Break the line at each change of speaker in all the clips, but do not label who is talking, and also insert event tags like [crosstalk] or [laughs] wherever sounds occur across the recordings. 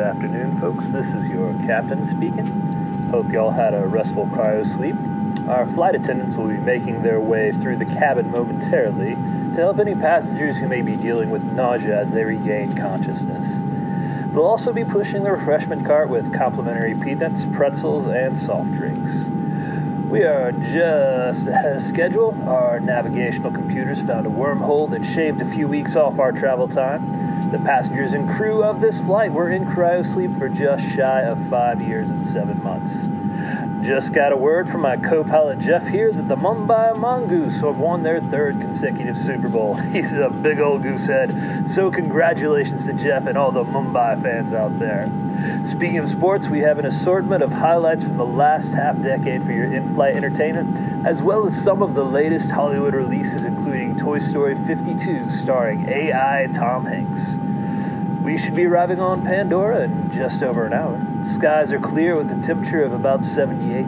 afternoon, folks. This is your captain speaking. Hope y'all had a restful cryo sleep. Our flight attendants will be making their way through the cabin momentarily to help any passengers who may be dealing with nausea as they regain consciousness. They'll also be pushing the refreshment cart with complimentary peanuts, pretzels, and soft drinks. We are just ahead of schedule. Our navigational computers found a wormhole that shaved a few weeks off our travel time. The passengers and crew of this flight were in cryo sleep for just shy of five years and seven months. Just got a word from my co pilot Jeff here that the Mumbai Mongoose have won their third consecutive Super Bowl. [laughs] He's a big old goose head, so congratulations to Jeff and all the Mumbai fans out there. Speaking of sports, we have an assortment of highlights from the last half decade for your in flight entertainment, as well as some of the latest Hollywood releases, including Toy Story 52, starring AI Tom Hanks. We should be arriving on Pandora in just over an hour. Skies are clear with a temperature of about 78.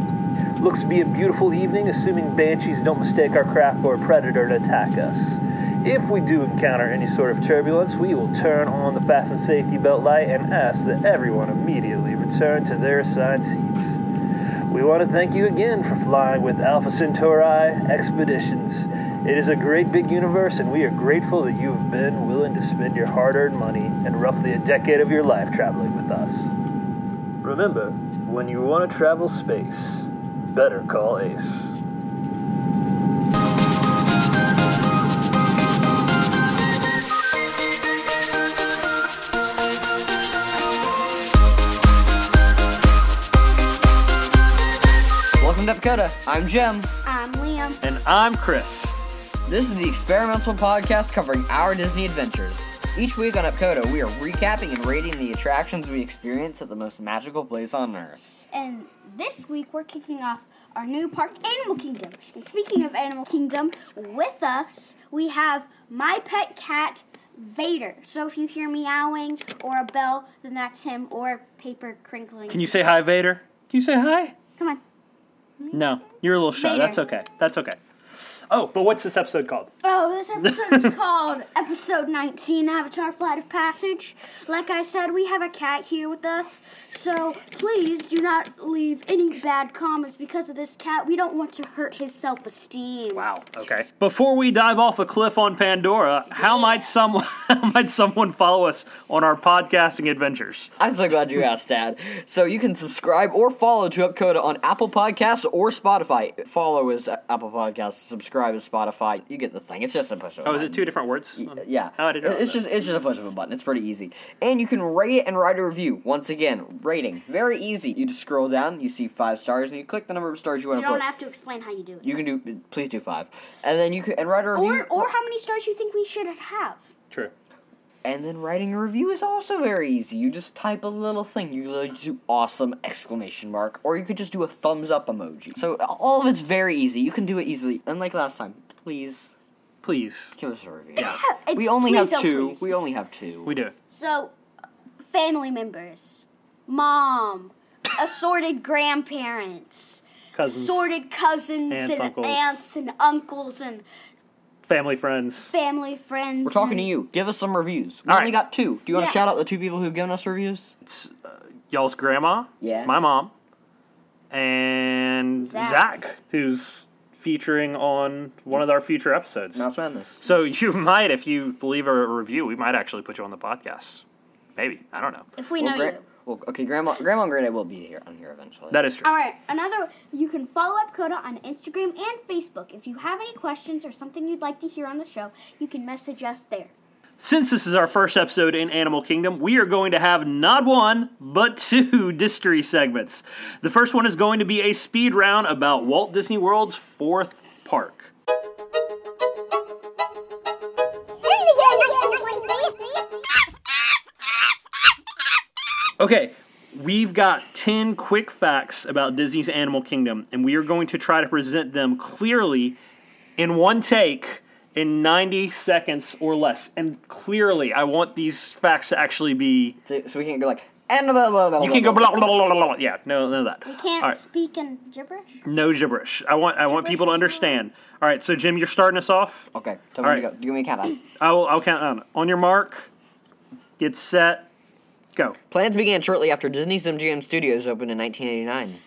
Looks to be a beautiful evening, assuming banshees don't mistake our craft for a predator to attack us. If we do encounter any sort of turbulence, we will turn on the fasten safety belt light and ask that everyone immediately return to their assigned seats. We want to thank you again for flying with Alpha Centauri Expeditions. It is a great big universe, and we are grateful that you have been willing to spend your hard earned money and roughly a decade of your life traveling with us. Remember, when you want to travel space, better call ACE.
Welcome to Dakota. I'm Jem.
I'm Liam.
And I'm Chris.
This is the experimental podcast covering our Disney adventures. Each week on Epcota, we are recapping and rating the attractions we experience at the most magical place on Earth.
And this week we're kicking off our new park, Animal Kingdom. And speaking of Animal Kingdom, with us we have my pet cat, Vader. So if you hear meowing or a bell, then that's him or paper crinkling.
Can you say hi, Vader? Can you say hi?
Come on.
No, you're a little shy.
Vader.
That's okay. That's okay.
Oh, but what's this episode called?
Oh, this
[laughs]
episode is called Episode 19 Avatar Flight of Passage. Like I said, we have a cat here with us, so please do not leave any bad comments because of this cat. We don't want to hurt his self esteem.
Wow. Okay. Before we dive off a cliff on Pandora, how might someone [laughs] how might someone follow us on our podcasting adventures?
I'm so glad you asked, Dad. So you can subscribe or follow to Epcota on Apple Podcasts or Spotify. Follow is Apple Podcasts, subscribe is Spotify. You get the thing. It's just a push of a
Oh, is
button.
it two different words?
Yeah.
Oh, I didn't know
it's
that.
just it's just a push of a button. It's pretty easy. And you can rate it and write a review. Once again, rating. Very easy. You just scroll down, you see five stars, and you click the number of stars you want
You
to put.
don't have to explain how you do it.
you can do please do five. And then you can and write a review.
Or, or how many stars you think we should have.
True.
And then writing a review is also very easy. You just type a little thing. You literally just do awesome exclamation mark, or you could just do a thumbs up emoji. So all of it's very easy. You can do it easily. Unlike last time, please
Please.
give us a review.
It's
we only have
please, oh,
two.
please.
We only have two.
We do.
So, family members, mom, assorted grandparents,
Cousins,
assorted cousins,
Aunts,
and
uncles.
aunts, and uncles, and
family, friends.
family, friends.
We're talking
and-
to you. Give us some reviews. We
All
only
right.
got two. Do you want
Hmm. Yeah.
to shout out the two people who've given us reviews?
It's uh, y'all's grandma.
Yeah.
My mom. And
Zach.
Zach. who's featuring on one of our future episodes.
Mouse Madness.
So [laughs] you might, if you leave a review, we might actually put you on the podcast. Maybe. I don't know.
If we know
Well, gra-
you.
well, okay, Grandma, Grandma and Granddad will be here on here eventually.
That is true.
All right, another. You can follow up Coda on Instagram and Facebook. If you have any questions or something you'd like to hear on the show, you can message us there.
Since this is our first episode in Animal Kingdom, we are going to have not one, but [laughs] two Distery segments. The first one is going to be a speed round about Walt Disney World's fourth park. Okay, we've got 10 quick facts about Disney's Animal Kingdom, and we are going to try to present them clearly in one take in 90 seconds or less. And clearly, I want these facts to actually be.
So, so we can't go like. And blah, blah, blah,
You can
blah,
go
blah,
blah blah blah blah blah. blah. Yeah, no, no, that.
You can't
All right.
speak in gibberish.
No gibberish. I want I want
Gibberish
people to
is
understand. All right, so Jim, you're starting us off.
Okay, tell
All
me to
right.
go. Do me a countdown.
I will I'll count on. On your mark, get set,
Go.
Plans began shortly after Disney's MGM Studios opened in 1989.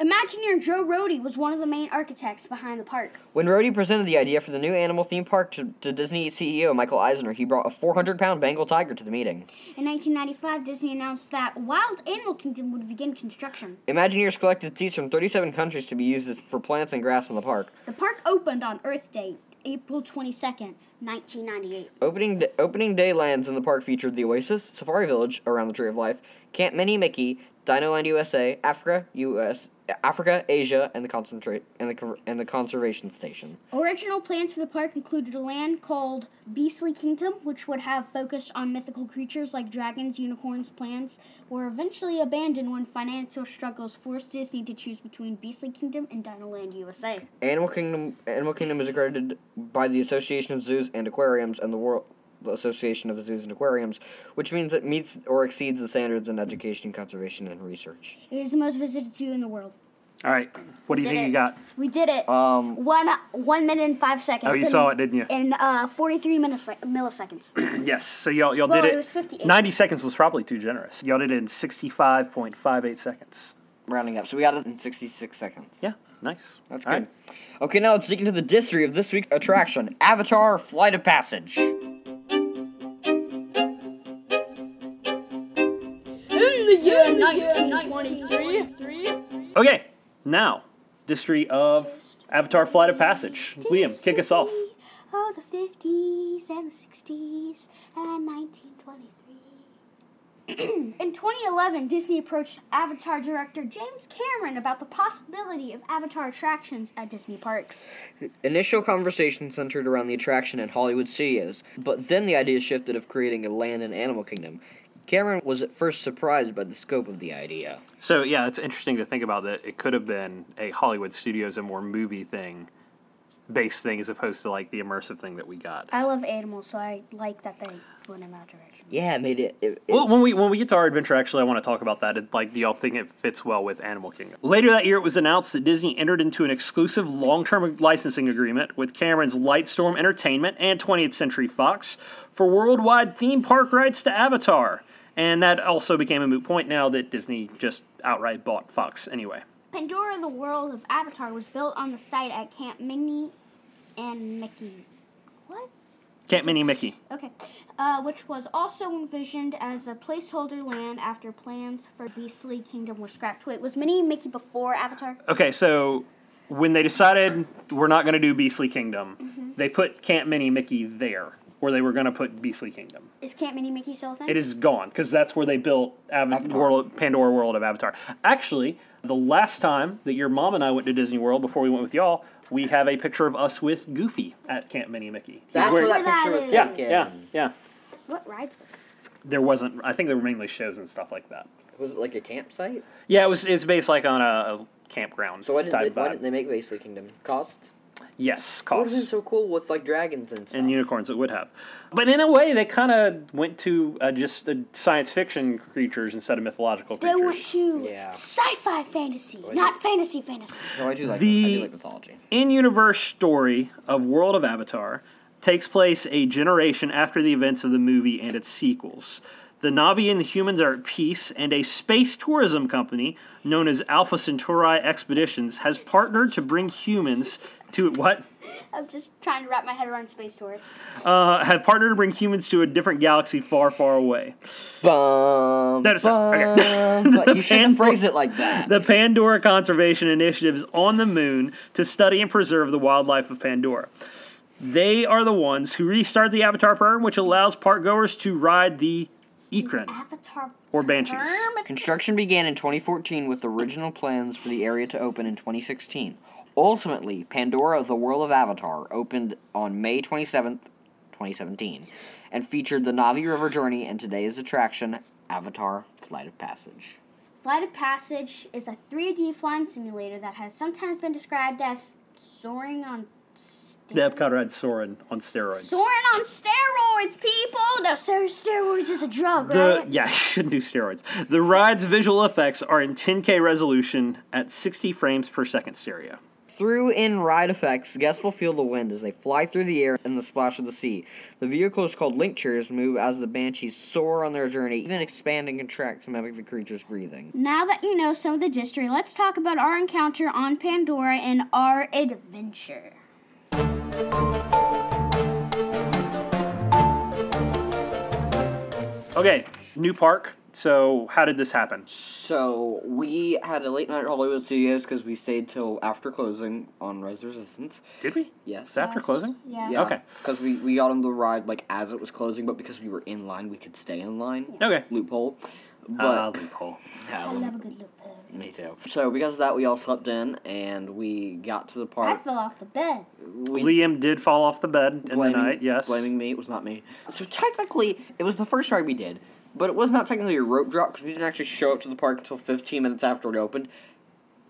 Imagineer Joe Rohde was one of the main architects behind the park.
When Rhodey presented the idea for the new animal theme park to, to Disney CEO Michael Eisner, he brought a 400 pound Bengal tiger to the meeting.
In 1995, Disney announced that Wild Animal Kingdom would begin construction.
Imagineers collected seeds from 37 countries to be used as, for plants and grass in the park.
The park opened on Earth Day, April 22nd, 1998.
Opening, d- opening day lands in the park featured the Oasis, Safari Village, Around the Tree of Life, Camp Minnie Mickey, Dinoland USA, Africa, US, Africa, Asia, and the concentrate and the co- and the conservation station.
Original plans for the park included a land called Beastly Kingdom, which would have focused on mythical creatures like dragons, unicorns, plants, were eventually abandoned when financial struggles forced Disney to choose between Beastly Kingdom and Dinoland USA.
Animal Kingdom Animal Kingdom is accredited by the Association of Zoos and Aquariums and the World the Association of Zoos and Aquariums, which means it meets or exceeds the standards in education, conservation, and research.
It is the most visited zoo in the world.
All right. What do you
Did
think
it.
you got?
We did it.
Um,
one one minute and five seconds.
Oh, you
in-
saw it, didn't you?
In uh, 43 minutes, milliseconds.
Yes. So y'all y'all
Well,
did
it
it.
was 58.
90 seconds was probably too generous. Y'all did it in 65.58 seconds.
Rounding up. So we got it in 66 seconds.
Yeah. Nice.
That's
All
good.
right.
Okay, now let's dig into the history of this week's attraction Avatar Flight of Passage.
In the year 1923,
Okay. Now, history of Avatar Flight of Passage. [clears throat] Liam, kick us off.
Oh, the 50s and the 60s and 1923. [clears throat] In 2011, Disney approached Avatar director James Cameron about the possibility of Avatar attractions at Disney parks.
Initial conversation centered around the attraction at Hollywood Studios, but then the idea shifted of creating a land and animal kingdom. Cameron was at first surprised by the scope of the idea.
So yeah, it's interesting to think about that. It could have been a Hollywood Studios and more movie thing, based thing as opposed to like the immersive thing that we got.
I love animals, so I like that they went in that direction.
Yeah, it made it. it, it
Well, when we when we get to our adventure, actually, I want to talk about that. It, like, do y'all think it fits well with Animal Kingdom? Later that year, it was announced that Disney entered into an exclusive long-term licensing agreement with Cameron's Lightstorm Entertainment and 20th Century Fox for worldwide theme park rights to Avatar, and that also became a moot point now that Disney just outright bought Fox anyway.
Pandora, the world of Avatar, was built on the site at Camp Minnie and Mickey. What?
Camp Minnie Mickey.
Okay. Uh, which was also envisioned as a placeholder land after plans for Beastly Kingdom were scrapped. Wait, was Minnie and Mickey before Avatar?
Okay, so when they decided we're not going to do Beastly Kingdom, they put Camp Minnie Mickey there, where they were going to put Beastly Kingdom.
Is Camp Minnie Mickey still a thing?
It is gone because that's where they built Ava- World, Pandora World of Avatar. Actually, the last time that your mom and I went to Disney World before we went with y'all, we have a picture of us with Goofy at Camp Minnie Mickey. He's
That's
wearing-
where that picture was
yeah,
taken.
yeah, yeah.
What ride?
There wasn't. I think there were mainly shows and stuff like that.
Was it like a campsite?
Yeah, it was. It's based like on a, a campground.
So why didn't,
type
they,
vibe.
why didn't they make Basically Kingdom? Cost?
Yes,
What would
cost.
have been so cool with like dragons and stuff?
and unicorns it would have. But in a way, they kind of went to uh, just uh, science fiction creatures instead of mythological
They went
creatures.
to
Yeah.
sci-fi fantasy, not fantasy fantasy.
no, I do like
The-
I do like mythology.
In universe story of World of Avatar takes place a generation after the events of the movie and its sequels. The Navi and the humans are at peace, and a space tourism company known as Alpha Centauri Expeditions has partnered to bring humans to what?
I'm just trying to wrap my head around space tours.
Uh, have partnered to bring humans to a different galaxy far, far away.
Bum.
That is not-
[laughs]
okay.
bum, but
The
you
pan-
shouldn't phrase it like that.
the Pandora Conservation Initiative is on the moon to study and preserve the wildlife of Pandora. They are the ones who restart the Avatar program, which allows park goers to ride the Ikran
Avatar.
or Banshees.
Perm-
Construction began in 2014 with original plans for the area to open in 2016. Ultimately, Pandora the World of Avatar opened on May 27th, 2017, and featured the Navi River Journey and today's attraction, Avatar Flight of Passage.
Flight of Passage is a 3D flying simulator that has sometimes been described as soaring on.
The
steroids.
Epcot ride Soren on steroids.
Soaring on steroids, people. No, sir, steroids is a drug,
The
right?
yeah, [laughs] you shouldn't do steroids. The ride's visual effects are in 10K resolution at 60 frames per second stereo.
Through in ride effects, guests will feel the wind as they fly through the air and the splash of the sea. The vehicles called linctures move as the banshees soar on their journey, even expand and contract to mimic the creature's breathing.
Now that you know some of the history, let's talk about our encounter on Pandora and our adventure.
Okay, new park. So how did this happen?
So we had a late night at Hollywood Studios because we stayed till after closing on Rise Resistance.
Did we?
Yeah.
It's after closing.
Yeah.
Yeah,
Okay.
Because we, we got on the ride like as it was closing, but because we were in line, we could stay in line.
Okay.
Loophole. But um,
Uh, loophole.
I
Um.
love a good loophole.
me too. So because of that, we all slept in, and we got to the
I
park.
fell off the bed.
We,
Liam did fall off the bed in
blaming,
the night. Yes.
Blaming me. It was not me. So technically, it was the first ride we did, but it was not technically a rope drop because we didn't actually show up to the park until 15 minutes after it opened.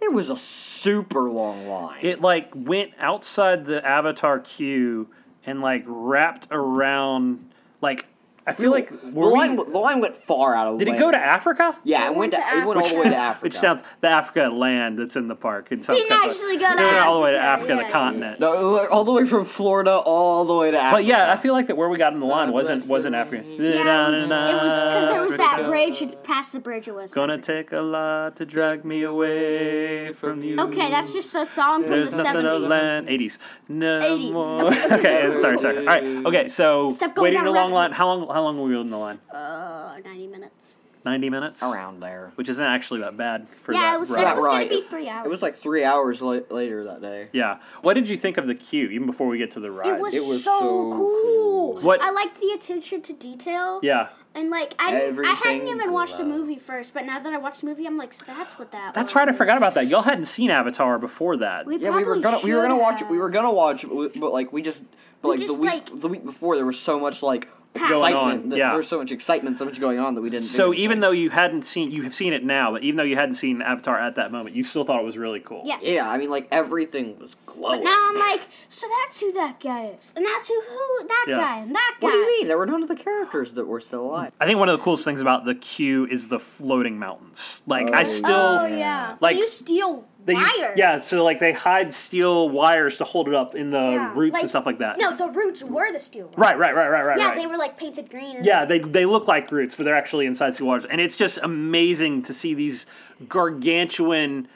There was a super long line.
It like went outside the avatar queue and like wrapped around. Like I feel like
the
were we-
line, the line went far out of
did
the
it go
way.
to Africa?
Yeah, it went,
went
to,
to
it went all the way to
[laughs]
Africa.
Which sounds the Africa land that's in the park. It sounds
Didn't
kinda-
actually go to
It went all the way to
Africa,
Africa,
yeah.
the continent.
No, it went all the way from Florida all the way to Africa.
But yeah, I feel like that where we got in the line wasn't wasn't Africa.
Yeah, it was because there was that bridge past the bridge. It was
Gonna take a lot to drag me away from you.
okay. That's just a song from
There's
the
nothing to
seventies.
land. 80s. No
80s.
more.
[laughs]
[laughs] okay, sorry, sorry. All right. Okay, so
Stop going
waiting in
down
a long
rapidly.
line. How long? How long were we in the line?
Uh, ninety minutes.
Ninety minutes.
around there.
Which isn't actually that bad for
Yeah,
that
it was, it
ride.
Right,
was
right.
gonna be three hours.
It was like three hours la- later that day.
Yeah. What did you think of the queue? Even before we get to the ride.
It was,
It was
so,
so
cool.
What-
I liked the attention to detail.
yeah.
And like I, didn't- I hadn't
Everything
even watched the
glowed.
movie first, but now that I watched the movie, I'm like, so that's what that.
That's
was.
right. I forgot about that. Y'all hadn't seen Avatar before that.
We
Yeah, we were
probably
gonna we were
should
gonna watch
have.
we were gonna watch, but, we- but like we just but like
just,
the week
like-
the week before there was so much like
Going on,
excitement. that-
yeah.
There was so much excitement, so much going on that we didn't.
So
do
even though you hadn't seen, you have seen it now, but even though you hadn't seen Avatar at that moment, you still thought it was really cool.
Yeah.
yeah, I mean like everything was glowing.
But now I'm like, so that's who that guy is, and that's who who that
Yeah.
guy and that guy.
what do you mean? There were none of the characters that were still alive.
I think one of the coolest things about the queue is the floating mountains. Like I
Oh,
still,
Oh yeah.
Like-
They use steel
they
wire.
use- yeah. So like they hide steel wires to hold it up in the
Yeah,
roots
like-
and stuff like that.
No, the roots were the steel. wire.
Right, right, right, right, right,
Yeah,
right.
they were like painted green. And
yeah, they, they look like roots, but they're actually inside sea waters. And it's just amazing to see these gargantuan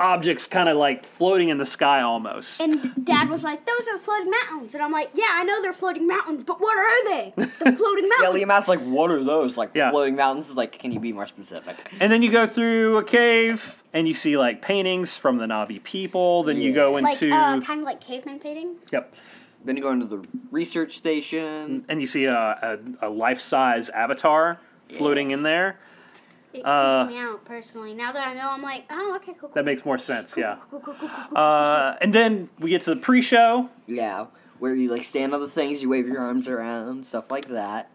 objects kind of like floating in the sky almost.
And Dad was like, "Those are floating mountains," and I'm like, "Yeah, I know they're floating mountains, but what are they? The floating
Yeah,
mountains."
Liam asked like, "What are those?" Like
Yeah.
floating mountains. Is like, can you be more specific?
And then you go through a cave and you see like paintings from the Navi people. Then you go
like
into
uh, kind of like caveman paintings.
yep,
Then you go into the research station.
and you see a, a, a life size avatar floating in there.
It
Uh,
creeps me out personally. Now that I know, I'm like, "Oh, okay, cool." cool.
That makes more sense, yeah.
cool, cool, cool, cool, cool.
Uh, and then we get to the pre-show.
Yeah, where you like stand on the things, you wave your arms around, stuff like that.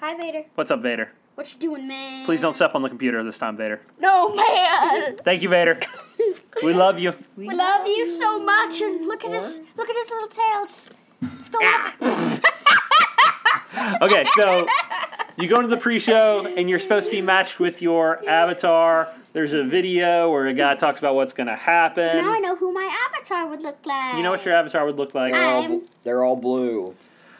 Hi, Vader.
What's up, Vader?
What you doing, man?
Please don't step on the computer this time, Vader.
No, man.
Thank you, Vader. [laughs] We love you.
We love you so much, and look at his look at his little tail. It's, it's going up.
Okay, so you go into the pre-show and you're supposed to be matched with your avatar. There's a video where a guy talks about what's going to
now I
happen.
know who my avatar would look like.
You know what your avatar would look like.
They're all, bl-
I'm-
they're all blue.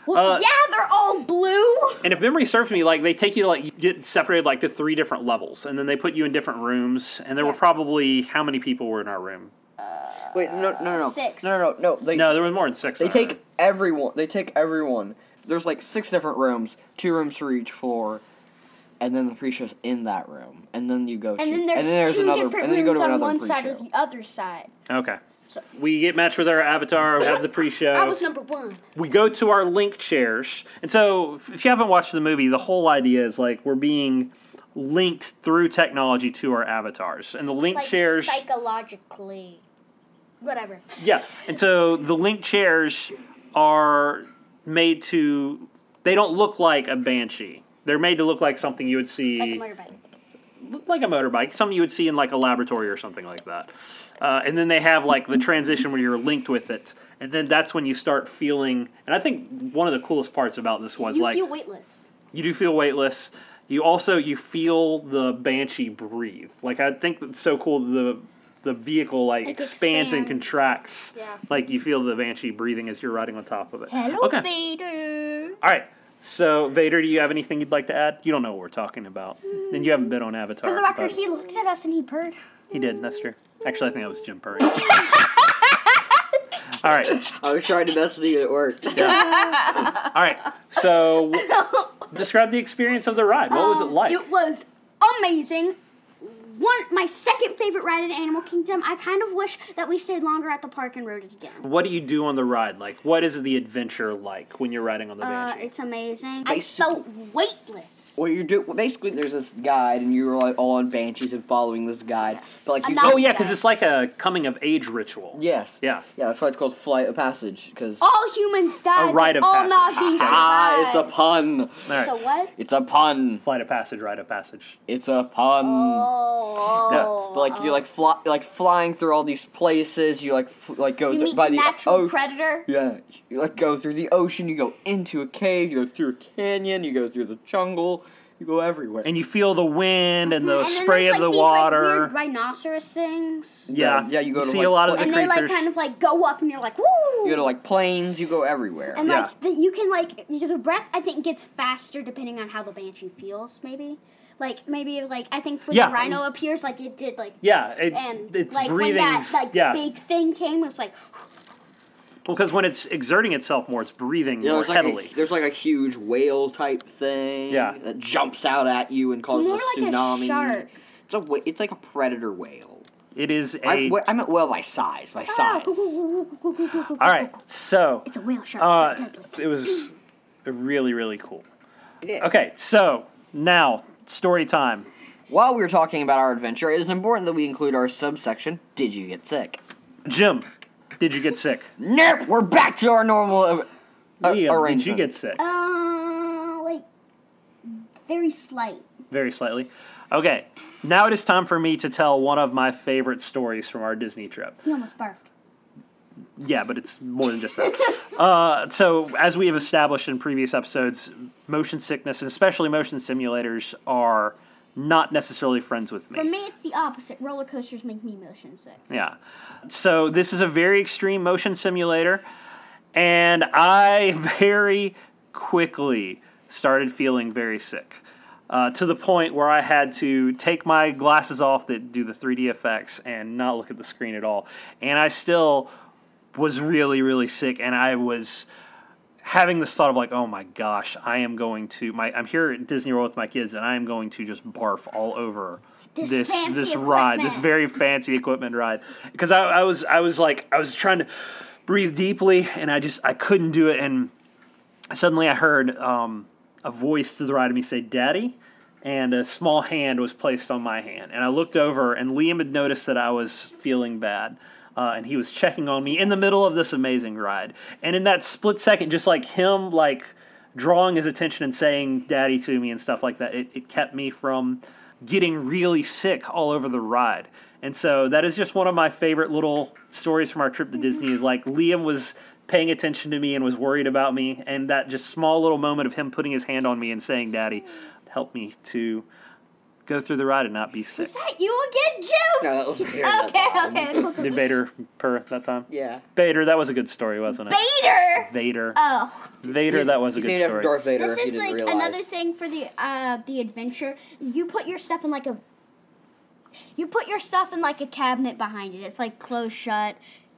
Well,
uh,
yeah, they're all blue.
And if memory serves me, like they take you to, like you get separated like to three different levels, and then they put you in different rooms. And there were probably how many people were in our room?
Wait, no, no, no, no,
Six.
no, no, no. They
No, there was more than six. in
they
our
take
room.
everyone. They take everyone. There's like six different rooms, two rooms for each floor, and then the pre-show's in that room, and then you go. to,
And then there's, two
another,
different
and then you go
rooms
to
on
another
one
pre-show.
side or the other side.
Okay. We get matched with our avatar. We have the
I
pre-show.
was number one.
We go to our link chairs, and so if- if you haven't watched the movie, the whole idea is like we're being linked through technology to our avatars, and the link
Like
chairs.
psychologically, whatever.
Yeah, and so the link chairs are made to. They don't look like a banshee. They're made to look like something you would see,
Like a motorbike.
like a motorbike, something you would see in like a laboratory or something like that. Uh, and then they have like the transition where you're linked with it, and then that's when you start feeling. And I think one of the coolest parts about this was
You
like
feel weightless.
you do feel weightless. You also you feel the banshee breathe. Like I think that's so cool. The the vehicle like
Like,
expands, and
expands.
contracts.
Yeah.
Like you feel the Banshee breathing as you're riding on top of it.
Hello,
okay.
Vader.
All right. So Vader, do you have anything you'd like to add? You don't know what we're talking about, and you haven't been on Avatar.
For the record,
but-
he looked at us and he purred.
he did. That's true. Actually, I think that was Jim
[laughs]
Perry. All right.
I was trying to mess with you, it worked.
All right. So describe the experience of the ride. What was it
Um,
like?
It was amazing. One, my second favorite ride at Animal Kingdom. I kind of wish that we stayed longer at the park and rode it again.
What do you do on the ride? Like, what is the adventure like when you're riding on the
Uh,
Banshee?
it's amazing. I
Basically-
felt weightless.
Well, you're do well, basically there's this guide, and you're all, all on banshees and following this guide. But like,
And
you,
that-
oh yeah, because
yeah.
it's like a coming of age ritual.
yes,
Yeah.
yeah, that's why it's called flight of passage. Because
All humans died.
rite of
all
passage.
Nazis
[laughs] ah, it's a
survived.
pun.
All right.
So what?
It's a pun.
Flight of passage, rite of passage.
It's a pun.
Oh.
Yeah, but like you're like fly, like flying through all these places. You like fl- like go
you
th-
meet
by
the
the
natural
o-
predator.
Yeah, you like go through the ocean. You go into a cave. You go through a canyon. You go through the jungle. You go everywhere.
And you feel the wind and the
And then
spray
there's,
of
like,
the
these, Like,
water.
weird rhinoceros things.
yeah.
yeah, you go to
see
like,
a lot of
pla-
the
and they
creatures.
like kind of like go up, and you're like, woo.
you go to like plains. You go everywhere.
And
Yeah.
like the, you can like your- the breath, I think gets faster depending on how the banshee feels. Maybe, like maybe like I think when
Yeah.
the rhino appears, like it did like
yeah, it,
and
it's
like when
breathing.
that like
yeah,
big thing came, it was like
because when it's exerting itself more, it's breathing
Yeah,
more
there's like,
heavily.
a, there's like a huge whale type thing
Yeah.
that jumps out at you and causes
more like
a
a
tsunami.
shark.
It's a wh- it's like a predator whale.
it is a.
I, wh- I meant whale by size, by
ah,
size.
all right, so
It's a whale shark.
uh,
Deadly.
it was really really cool.
Yeah.
Okay, so now story time.
While we were talking about our adventure, it is important that we include our subsection Did You Get Sick?
Jim, did you get sick?
Nope, we're back to our normal. uh, uh,
Liam, did you
arrangement.
get sick?
Uh, like very slight.
Very slightly. Okay, now it is time for me to tell one of my favorite stories from our Disney trip.
He almost barfed.
Yeah, but it's more than just that.
[laughs]
uh, so, as we have established in previous episodes, motion sickness, and especially motion simulators, are not necessarily friends with me.
For me, it's the opposite. Roller coasters make me motion sick.
Yeah. So this is a very extreme motion simulator, and I very quickly started feeling very sick. Uh, to the point where I had to take my glasses off that do the 3D effects and not look at the screen at all. And I still was really, really sick, and I was having this thought of like, oh my gosh, I am going to my I'm here at Disney World with my kids, and I am going to just barf all over this
This
this,
fancy
ride, this
equipment.
very fancy equipment ride, because I, I was I was like I was trying to breathe deeply, and I just I couldn't do it, and suddenly I heard um, a voice to the right of me say, "Daddy." And a small hand was placed on my hand, and I looked over, and Liam had noticed that I was feeling bad, uh, and he was checking on me in the middle of this amazing ride. And in that split second, just like him, like drawing his attention and saying "daddy" to me and stuff like that, it, it kept me from getting really sick all over the ride. And so that is just one of my favorite little stories from our trip to Disney is like Liam was paying attention to me and was worried about me and that just small little moment of him putting his hand on me and saying daddy helped me to go through the ride and not be sick.
Is that you again, Jim?
No, that was weird.
okay, okay. cool, cool.
Did Vader purr that time?
Yeah.
Vader, that was a good story, wasn't it?
Vader.
Vader.
Oh.
Vader, that was a
He's
good
named after
story.
Darth Vader. if
This is
you didn't
like
realize.
another thing for the uh, the adventure. You put your stuff in like a you put your stuff in like a cabinet behind it. It's like closed shut.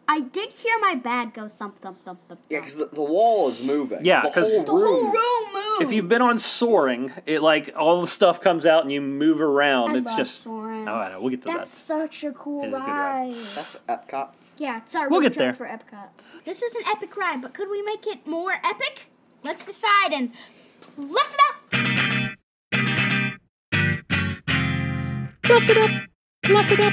I did hear my bag go thump thump thump thump.
Yeah, [laughs]
thump.
because the, the wall is moving.
Yeah,
the
'cause-
whole
the
room.
whole room moved.
If you've been on soaring, it like all the stuff comes out and you move around.
I
it's
love
just
Soarin'.
Oh, I know. We'll get to
That's
that.
such a cool
It is a good
ride.
ride.
That's Epcot.
Yeah, it's our
We'll
road
get
trip
there.
for Epcot. This is an epic ride, but could we make it more epic? Let's decide and listen up.
Bless it up, bless it up,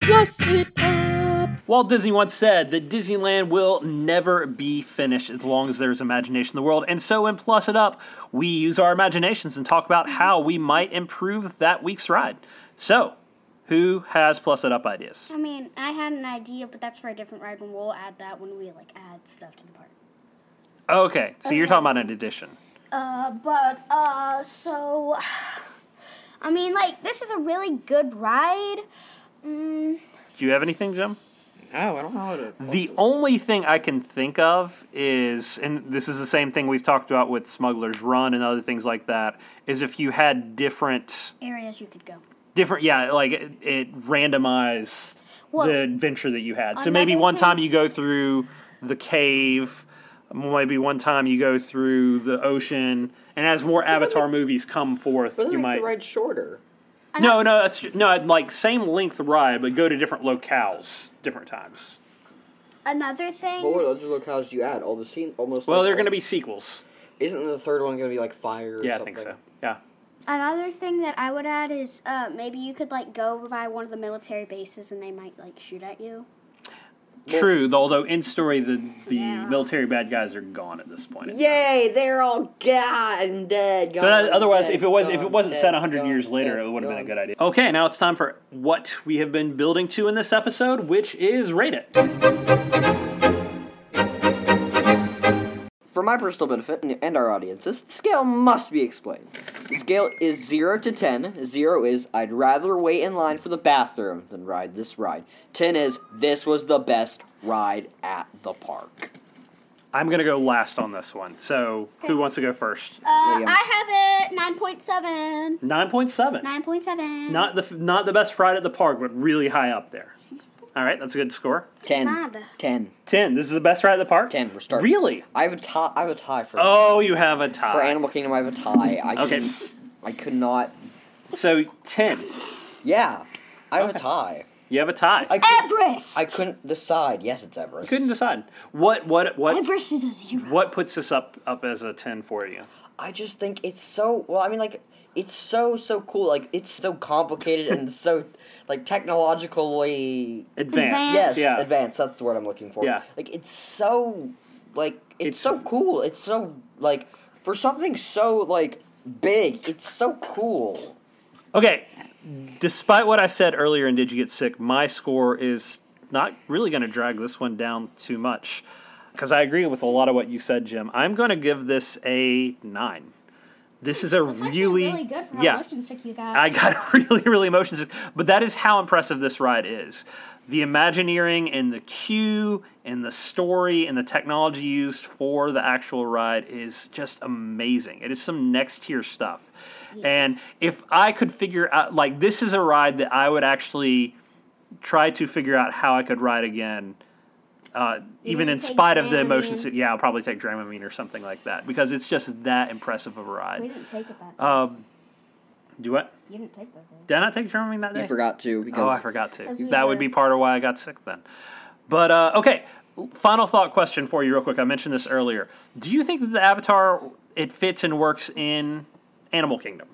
bless it up.
Walt Disney once said that Disneyland will never be finished as long as there's imagination in the world. And so in Plus It Up, we use our imaginations and talk about how we might improve that week's ride. So, who has Plus It Up ideas?
I mean, I had an idea, but that's for a different ride, and we'll add that when we like add stuff to the park.
Okay, so you're talking about an addition.
Uh, but uh, so [sighs] I mean, like this is a really good ride. Mm,
Do you have anything, Jim?
Oh,
No, I don't know how to.
The only thing I can think of is, and this is the same thing we've talked about with Smuggler's Run and other things like that, is if you had different,
Areas you could go.
different, yeah, like it, it randomized
Well,
the adventure that you had. So maybe
another
one
thing-
time you go through the cave, maybe one time you go through the ocean, and as more Avatar movies come forth,
But
you
make
might.
the ride shorter.
No, no, that's no, like same length ride, but go to different locales, different times.
Another thing.
But what other locales do you add? All the scene, almost.
Well,
like,
they're going to be sequels.
Isn't the third one going to be like fire? Or
Yeah, I
something?
think so. Yeah.
Another thing that I would add is uh, maybe you could like go by one of the military bases and they might like shoot at you.
True, though, although in story the the
Yeah.
military bad guys are gone at this point.
Yay! They're all gone
But
dead. gone,
otherwise,
dead,
if it was if
gone,
it wasn't set
dead,
hundred
gone,
years later,
dead,
it would have been a
gone.
good idea. Okay, now it's time for what we have been building to in this episode, which is rate it.
For my personal benefit and our audiences, the scale must be explained. The scale is 0 to 10. 0 is, I'd rather wait in line for the bathroom than ride this ride. 10 is, this was the best ride at the park.
I'm gonna go last on this one. So who wants to go first?
Uh,
Liam.
I have it nine point seven.
Nine point seven.
Nine point seven.
Not the f- not the best ride at the park, but really high up there. All right, that's a good score.
10.
Mad.
10.
Ten. This is the best ride at the park.
10. We're starting.
Really?
I have a tie. I have a tie for
Oh, you have a tie.
for Animal Kingdom. I have a tie. I
Okay.
just- I could not.
So ten.
Yeah, I have
Okay.
a tie.
You have a tie.
I, cou-
Everest.
I couldn't decide. Yes, it's Everest.
couldn't decide. What what what
Everest is a zero.
What puts this up up as a ten for you?
I just think it's so well. I mean, like it's so so cool. Like it's so complicated
[laughs]
and so like technologically.
Advanced.
Advanced.
Yes,
Yeah.
advanced. That's the word I'm looking for.
Yeah.
Like it's so like
It's-
it's, so cool. It's so like for something so like big. It's so cool.
Okay. Despite what I said earlier in Did You Get Sick, my score is not really going to drag this one down too much because I agree with a lot of what you said, Jim. I'm going to give this a nine. This is a really, yeah.
sick you got.
I got [laughs] really, really motion sick. But that is how impressive this ride is. The Imagineering and the queue and the story and the technology used for the actual ride is just amazing. It is some next tier stuff. And if I could figure out, like, this is a ride that I would actually try to figure out how I could ride again. Uh, even
gonna
in
take
spite of the emotion,
Dramamine?
sick- yeah, I'll probably take Dramamine or something like that because it's just that impressive of a ride.
didn't take it that.
Um, do what?
you didn't take that. Day.
Did I not take Dramamine that day?
You forgot to because
Oh, I forgot to.
we
That would
were-
be part of why I got sick then. But uh, okay, final thought question for you, real quick. I mentioned this earlier. Do you think that the Avatar it fits and works in Animal Kingdom?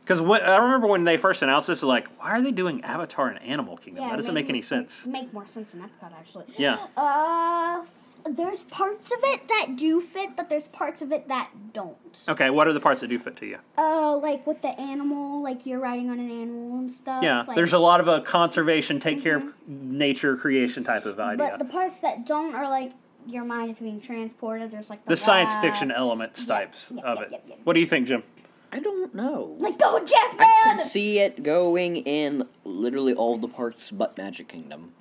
Because I remember when they first announced this, like, why are they doing Avatar in Animal Kingdom? that doesn't make any sense.
Make more sense in Epcot actually.
Yeah.
Uh, there's parts of it that do fit, but there's parts of it that don't.
Okay, what are the parts that do fit to you?
Oh, like with the animal, like you're riding on an animal and stuff.
Yeah,
like, Mm-hmm.
there's a lot of a conservation, take care of nature, creation type of
But
idea.
the parts that don't are like your mind is being transported. There's like the,
the science
lab.
fiction elements types
yeah,
of
yeah,
it.
yeah, yeah.
What do you think, Jim?
I don't know.
Like go, Jasmine.
I can see it going in literally all the parks but Magic Kingdom.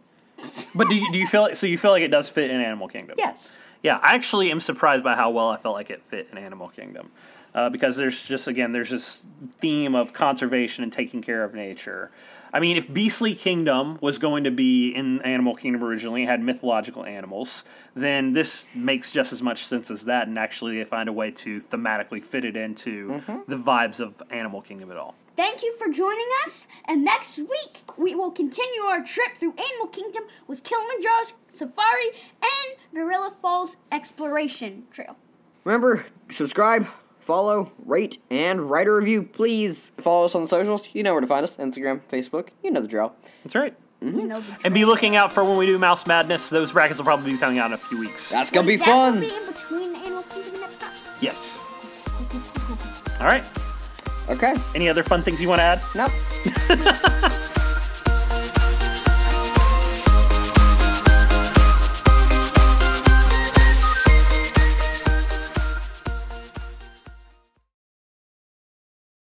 But do you, do you feel like, so you feel like it does fit in Animal Kingdom?
Yes.
Yeah, I actually am surprised by how well I felt like it fit in Animal Kingdom. Uh, because there's just, again, there's this theme of conservation and taking care of nature. I mean, if Beastly Kingdom was going to be in Animal Kingdom originally, it had mythological animals, then this makes just as much sense as that. And actually, they find a way to thematically fit it into the vibes of Animal Kingdom at all.
Thank you for joining us, and next week we will continue our trip through Animal Kingdom with Kilimanjaro's Safari and Gorilla Falls Exploration Trail.
Remember, subscribe, follow, rate, and write a review, please. Follow us on the socials. You know where to find us Instagram, Facebook. You know the drill.
That's right.
Mm-hmm.
You know, the
And be looking out for when we do Mouse Madness. Those brackets will probably be coming out in a few weeks.
That's gonna be
that
fun.
will be in between the Animal Kingdom and Epcot.
Yes. All right.
[laughs]
Okay.
Any other fun things you want to add?
Nope.